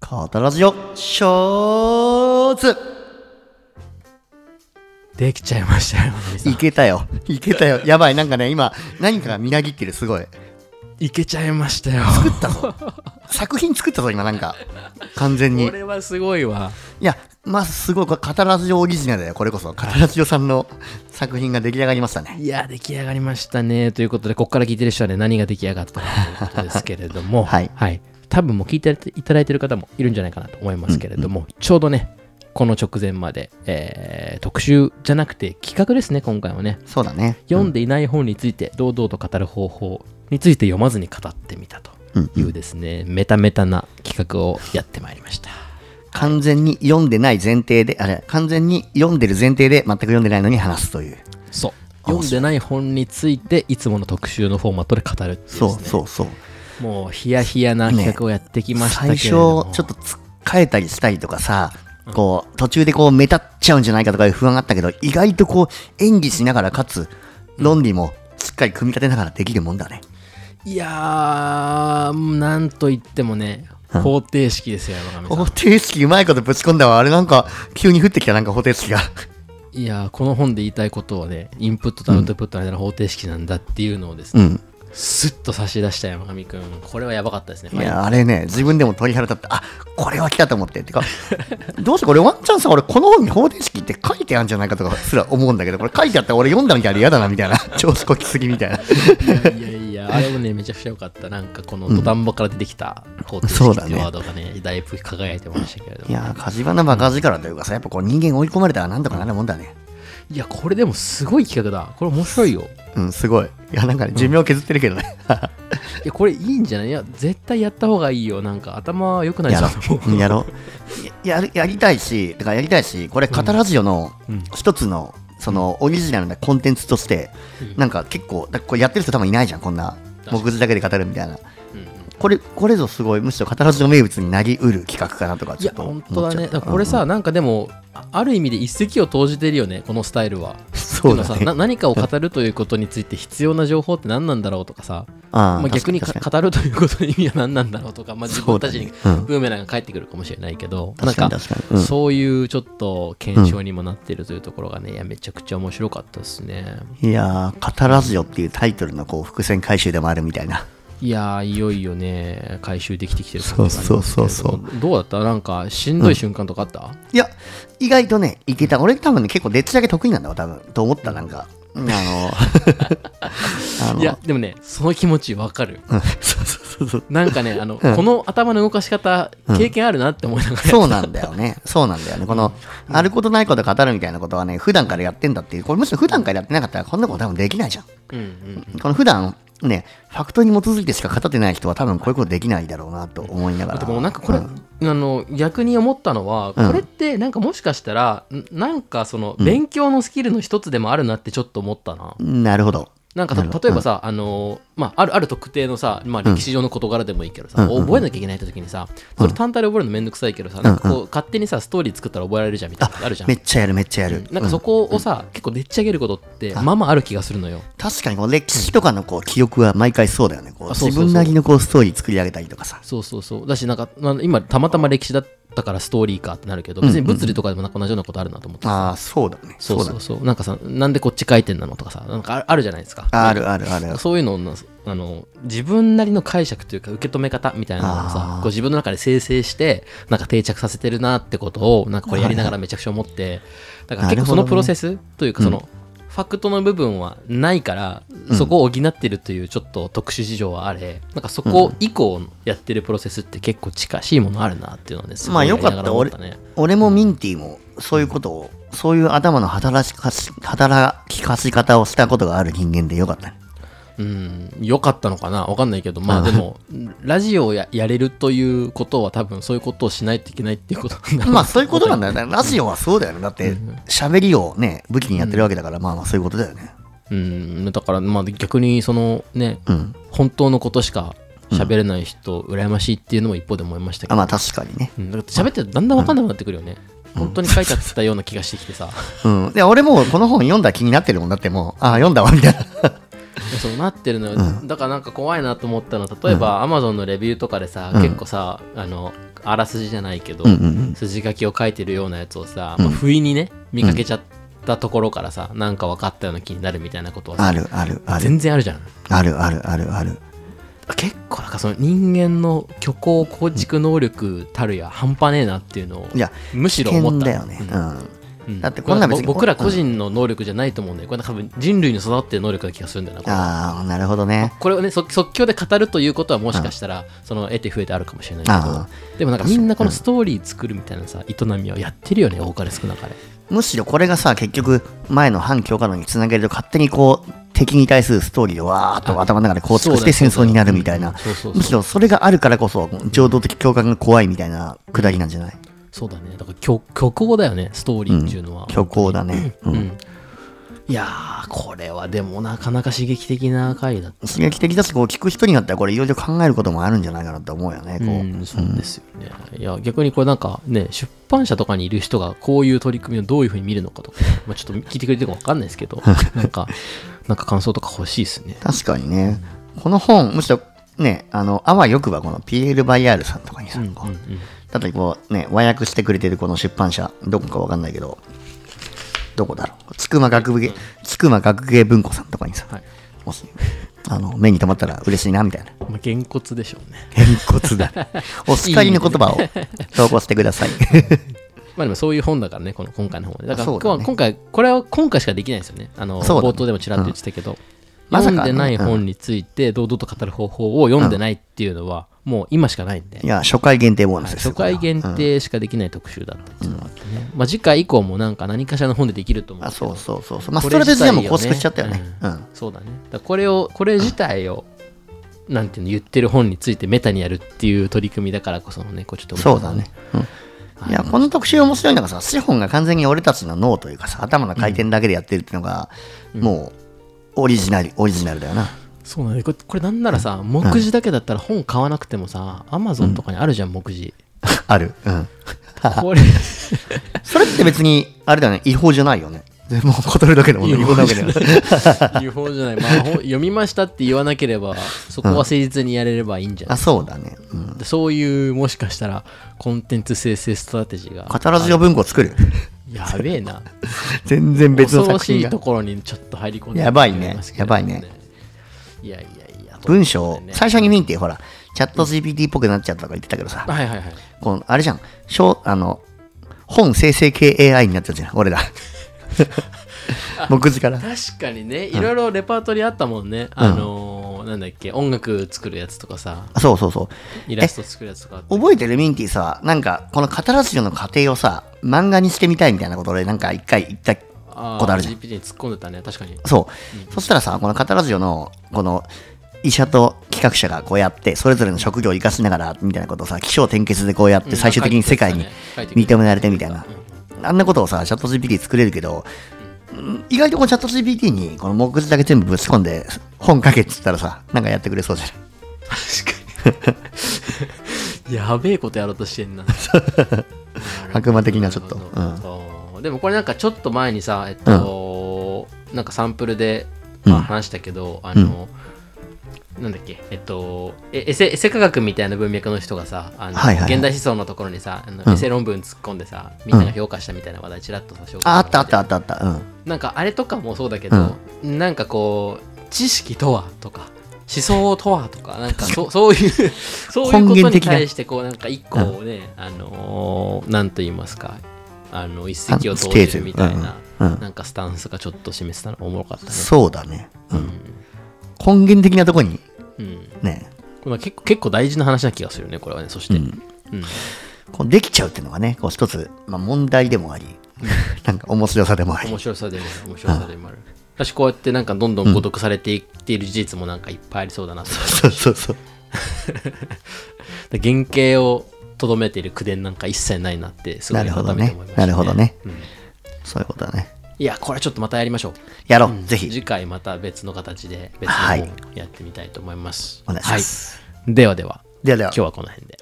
カタラジオショーツできちゃいましたよ、まなみさいん。けたよ。いけたよ。やばい。なんかね、今、何かがみなぎってる。すごい。いけちゃいましたよ。作ったぞ。作品作ったぞ、今、なんか。完全に。いこれはすごいわ。や、まあ、すごい。これカタラジオオリジナルだよ。これこそ。カタラジオさんの作品が出来上がりましたね。いや、出来上がりましたね。ということで、ここから聞いてる人はね、何が出来上がったのかということですけれど も、はい多分もう聞いていただいてる方もいるんじゃないかなと思いますけれども、ちょうどね、この直前まで、えー特集じゃなくて企画ですね、今回はね。そうだね。読んでいない本について堂々と語る方法について読まずに語ってみたとうんいうですね、メタメタな企画をやってまいりました。完全に読んでない前提で、あれ、完全に読んでる前提で全く読んでないのに話すという。そう読んでない本についていつもの特集のフォーマットで語るっていうです、そね、うそうそう。もうヒヤヒヤな企画をやってきました最けれ初ちども、ょっとつっかえたりしたりとかさこう途中でこう目立っちゃうんじゃないかとかいう不安があったけど意外とこう演技しながらかつ論理もしっかり組み立てながらできるもんだねいやーなんと言ってもね方程式ですよ山上方さ程式うまいことぶち込んだわあれなんか急に降ってきたなんか方程式がんいやーこの本で言いたいことはねインプットとアウトプットの間の方程式なんだっていうのをですうね、んスッと差し出した山上くんこれはやばかったですねいやあれね自分でも鳥肌立ってあこれは来たと思っててか どうしてこれワンチャンさ俺この本に方程式って書いてあるんじゃないかとかすら思うんだけどこれ書いてあったら俺読んだみたいで嫌だなみたいな調子こきすぎみたいないやいや、あれもね、めちゃくちゃ良かった。なんか、この土壇場から出てきた方程式っていうワード がね、だいぶ輝いてましたけれども。いやー、火事場のバカ力というかさ、やっぱこう人間追い込まれたらなんとかなるもんだね。いや、これでもすごい企画だ。これ面白いよ。うん、すごい。いや、なんかね、寿命削ってるけどね。いや、これいいんじゃないいや、絶対やった方がいいよ。なんか、頭は良くな りやそうろだもん。う。やろう。ややるやりたいし、だからやりたいし、これ、カタラジオのうん一つの、そのオリジナルなコンテンツとして、なんか結構、だからこれやってる人多分いないじゃん、こんな、かに目次だけで語るみたいな。うんうんこれ、これぞすごい、むしろカタラジオ名物になりうる企画かなとか、いちょや、っと思本っ当だちゃね。っだた。からこれさ、なんかでも、あある意味で一石を投じてるよね、このスタイルは。そうだねっていのはさな何かを語るということについて必要な情報って何なんだろうとかさ、あーまあ、逆に確かか語るということの意味は何なんだろうとか、まあ、自分たちにそうだねうんブーメランが返ってくるかもしれないけど、確かになんか確かにうんそういうちょっと検証にもなってるというところがね、いやめちゃくちゃ面白かったですね。いやー、カタラジオっていうタイトルのこう伏線回収でもあるみたいな。いやーいよいよね回収できてきてる感じがありますけれどもそうそうそうどうだったなんかしんどい瞬間とかあった、いや、意外とね、いけた。俺多分ね、結構でっち上げ得意なんだわ、多分。と思った、なんか。うんあの、 あの、いやでもねその気持ちわかるうんそうそうそうそう。なんかねあの、この頭の動かし方経験あるなって思いながら、そうなんだよね。そうなんだよね。この、あることないこと語るみたいなことはね、普段からやってんだっていう。これむしろ普段からやってなかったら、こんなこと多分できないじゃん。うんうん、この普段、ね、ファクトに基づいてしか語ってない人は多分こういうことできないだろうなと思いながあら。ともうなんかこれ、うんあの逆に思ったのは、うんこれってなんかもしかしたらんなんかその勉強のスキルの一つでもあるなってちょっと思ったな、なるほど。なんかたなるほど例えばさ、あのーまあ、あるある特定のさ、まあ、歴史上の事柄でもいいけどさ、うんうん覚えなきゃいけない時にさ、それ単体で覚えるのめんどくさいけどさ、なんかこう勝手にさストーリー作ったら覚えられるじゃんみたいなことあるじゃんめっちゃやる、めっちゃやる。なんかそこをさ、結構でっち上げることってまあまあある気がするのよ確かにこう歴史とかのこう記憶は毎回そうだよねこうあそう自そうそう分なりのこうストーリー作り上げたりとかさそうそうそうだしなんか、まあ、今たまたま歴史だったからストーリーかってなるけど別に物理とかでもなんか同じようなことあるなと思ってさ、ああそうだねそうだそねうそうなんかさなんでこっち書いてんなのとかさなんかあるあるじゃないですかあるあるあるそういうのをなあの自分なりの解釈というか受け止め方みたいなのをあさーこう自分の中で生成してなんか定着させてるなってことをなんかこれやりながらめちゃくちゃ思って、だから結構なるほどそのねプロセスというかその、ファクトの部分はないからそこを補ってるというちょっと特殊事情はあれ、なんかそこ以降やってるプロセスって結構近しいものあるなっていうのですまごあいやよりかなっがたら思っ俺たね。俺もミンティもそういうことをそういう頭の働きかし働きかし方をしたことがある人間でよかったねうん、良かったのかなわかんないけど、まあでも、ラジオをややれるということは多分そういうことをしないといけないっていうことなんだ ろまあそういうことなんだよねラジオはそうだよねだって喋りをね武器にやってるわけだからまあまあそういうことだよねう。うん、だからまあ逆にそのね、うん本当のことしか喋れない人、羨ましいっていうのも一方で思いましたけあど、まあ確かにねうんだから喋ってるとだんだんわかんなくなってくるよね。本当に書いてあったような気がしてきてさ。うんで俺もこの本読んだ気になってるもんだってもうああ読んだわみたいなそうなってるのよ、だからなんか怖いなと思ったのは例えば、Amazon のレビューとかでさ、結構さあのあらすじじゃないけど、うんうんうん筋書きを書いてるようなやつをさ、まあ、不意にね見かけちゃったところからさ、なんか分かったような気になるみたいなことはさあるあるある全然あるじゃんあるあるあるある結構なんかその人間の虚構構築能力たるや半端ねえなっていうのをいやむしろ危思険っただよね、うんうんうんだってこんな別に僕ら個人の能力じゃないと思うんだよこれ多分人類に育ってる能力な気がするんだよなこれああなるほどねこれをね即即興で語るということはもしかしたら、その得て増えてあるかもしれないけあどでもなんかみんなこのストーリー作るみたいなさ営みをやってるよね多かれ少なかれむしろこれがさ結局前の反強化論につなげると勝手にこう敵に対するストーリーをわーっと頭の中で構築して戦争になるみたいなそうそうむそうしろそれがあるからこそ情動的共感が怖いみたいなくだりなんじゃないそうだねだから虚虚構だよねストーリーっていうのは、虚構だね、うんいやーこれはでもなかなか刺激的な回だった刺激的だしこう聞く人になったらこれいろいろ考えることもあるんじゃないかなと思うよねこう、うん、そうですよね。いや、逆にこれなんかね、出版社とかにいる人がこういう取り組みをどういうふうに見るのかとか、 まあ、ちょっと聞いてくれてるか分かんないですけど、なんか、なんか感想とか欲しいですね。確かにねこの本むしろねあのあわよくばこの PL バイアールさんとかにさ、こううんうんだってこうね和訳してくれてるこの出版社どこかわかんないけどどこだろう筑馬学芸筑馬学芸文庫さんとかにさ、はいもしあの目に留まったら嬉しいなみたいなまあ、げんこつでしょうね。偏骨だ お叱りの言葉を投稿してください まあでもそういう本だからね、この今回の本はねだからそうだね今今回、これは今回しかできないんですよね。あの、そうだね冒頭でもちらっと言ってたけど、まさかね読んでない本について堂々と語る方法を読んでないっていうのは、もう今しかないんでい。や初回限定ボーナスです初よこれ回は限定しかできない特集だったっていうのがあってね、まあ、次回以降もなんか何かしらの本でできると思うあけどそうそうそうそうまあこスれトレ自スで体をもね構築しちゃったよねうん、そうだねだからこれをこれ自体を、なんていうの言ってる本についてメタにやるっていう取り組みだからこそのねこうちょっと面そ白いうだね、うんいやこの特集面白いのがさ資本が完全に俺たちの脳というかさ頭の回転だけでやってるっていうのが、もうオリジナルオリジナルだよなそうなんだよこれこれなんならさ目次だけだったら本買わなくてもさアマゾンとかにあるじゃん目次、ある、うん、これそれって別にあれだよね違法じゃないよねでもう語るだけでも違法なわけだよ ね違法じゃない、まあ、本読みましたって言わなければそこは誠実にやれればいいんじゃないあ、そうだね、うん、でそういうもしかしたらコンテンツ生成ストラテジーがカタラジオ文庫作るやべえな全然 別の恐ろ作し品いがところにちょっと入り込んでやばいねしまいますけどやばいねいやいやいや文章ね最初に見んってほらチャット GPT っぽくなっちゃったとか言ってたけどさはいはいはいこのあれじゃん小あの本生成系 AI になっちゃうじゃん俺ら目次から確かにねいろいろレパートリーあったもんね、あのーなんだっけ音楽作るやつとかさあそうそうそうイラスト作るやつとかあった覚えてるミンティさなんかこのカタラジオの過程をさ漫画にしてみたいみたいなことでなんか一回言ったことあるじゃん GPT に突っ込んでたね確かにそう。そしたらさ、このカタラジオの、この、医者と企画者がこうやって、それぞれの職業を生かしながら、みたいなことをさ、起承転結でこうやっうて、ん最終的に世界に書いてくれた認められてみたいな。あんなことをさ、チャット GPT 作れるけど、うん意外とこのチャット GPT に、この目次だけ全部ぶち込んで、本書けって言ったらさ、なんかやってくれそうじゃない確かにやべえことやろうとしてんな悪魔的なちょっとなるほどでもこれなんかちょっと前にさえっと、なんかサンプルで、まあ、話したけど、あの、なんだっけえっとえエセエセ科学みたいな文脈の人がさあの、はいはいはい現代思想のところにさあの、エセ論文突っ込んでさみんなが評価したみたいな話題ちらっとさ紹介してもあ、らあったあったあったあった。うん。なんかあれとかもそうだけど、なんかこう知識とはとか思想とはとかなんかそそう いうそうい根うこと源に的な対してこうなんか一個をね、あのーなんと言いますかあの一石をあス投テーじジるみたいな、うんうんなんかスタンスがちょっと示せたのおもろかったね。そうだね。う。うんん根源的なとこに、うんね、これは結構結構大事な話な気がするよねこれはねそして、うんうんこうできちゃうっていうのがね、こう一つ、まあ問題でもあり、なんか面白さでもあり面。白さでもある面白さ でもある私こうやってなんかどんどん誤読されていっている事実もなんかいっぱいありそうだなとそうそうそう。で原型をとどめている口伝なんか一切ないなってすごいなる改ほどめてね思いました、ね。なるほどね。うんそういうことだね。いやこれちょっとまたやりましょうやろう。ぜひ、次回また別の形で別のはい本をやってみたいと思います、お願いします。はい、ではではではでは今日。はこの辺で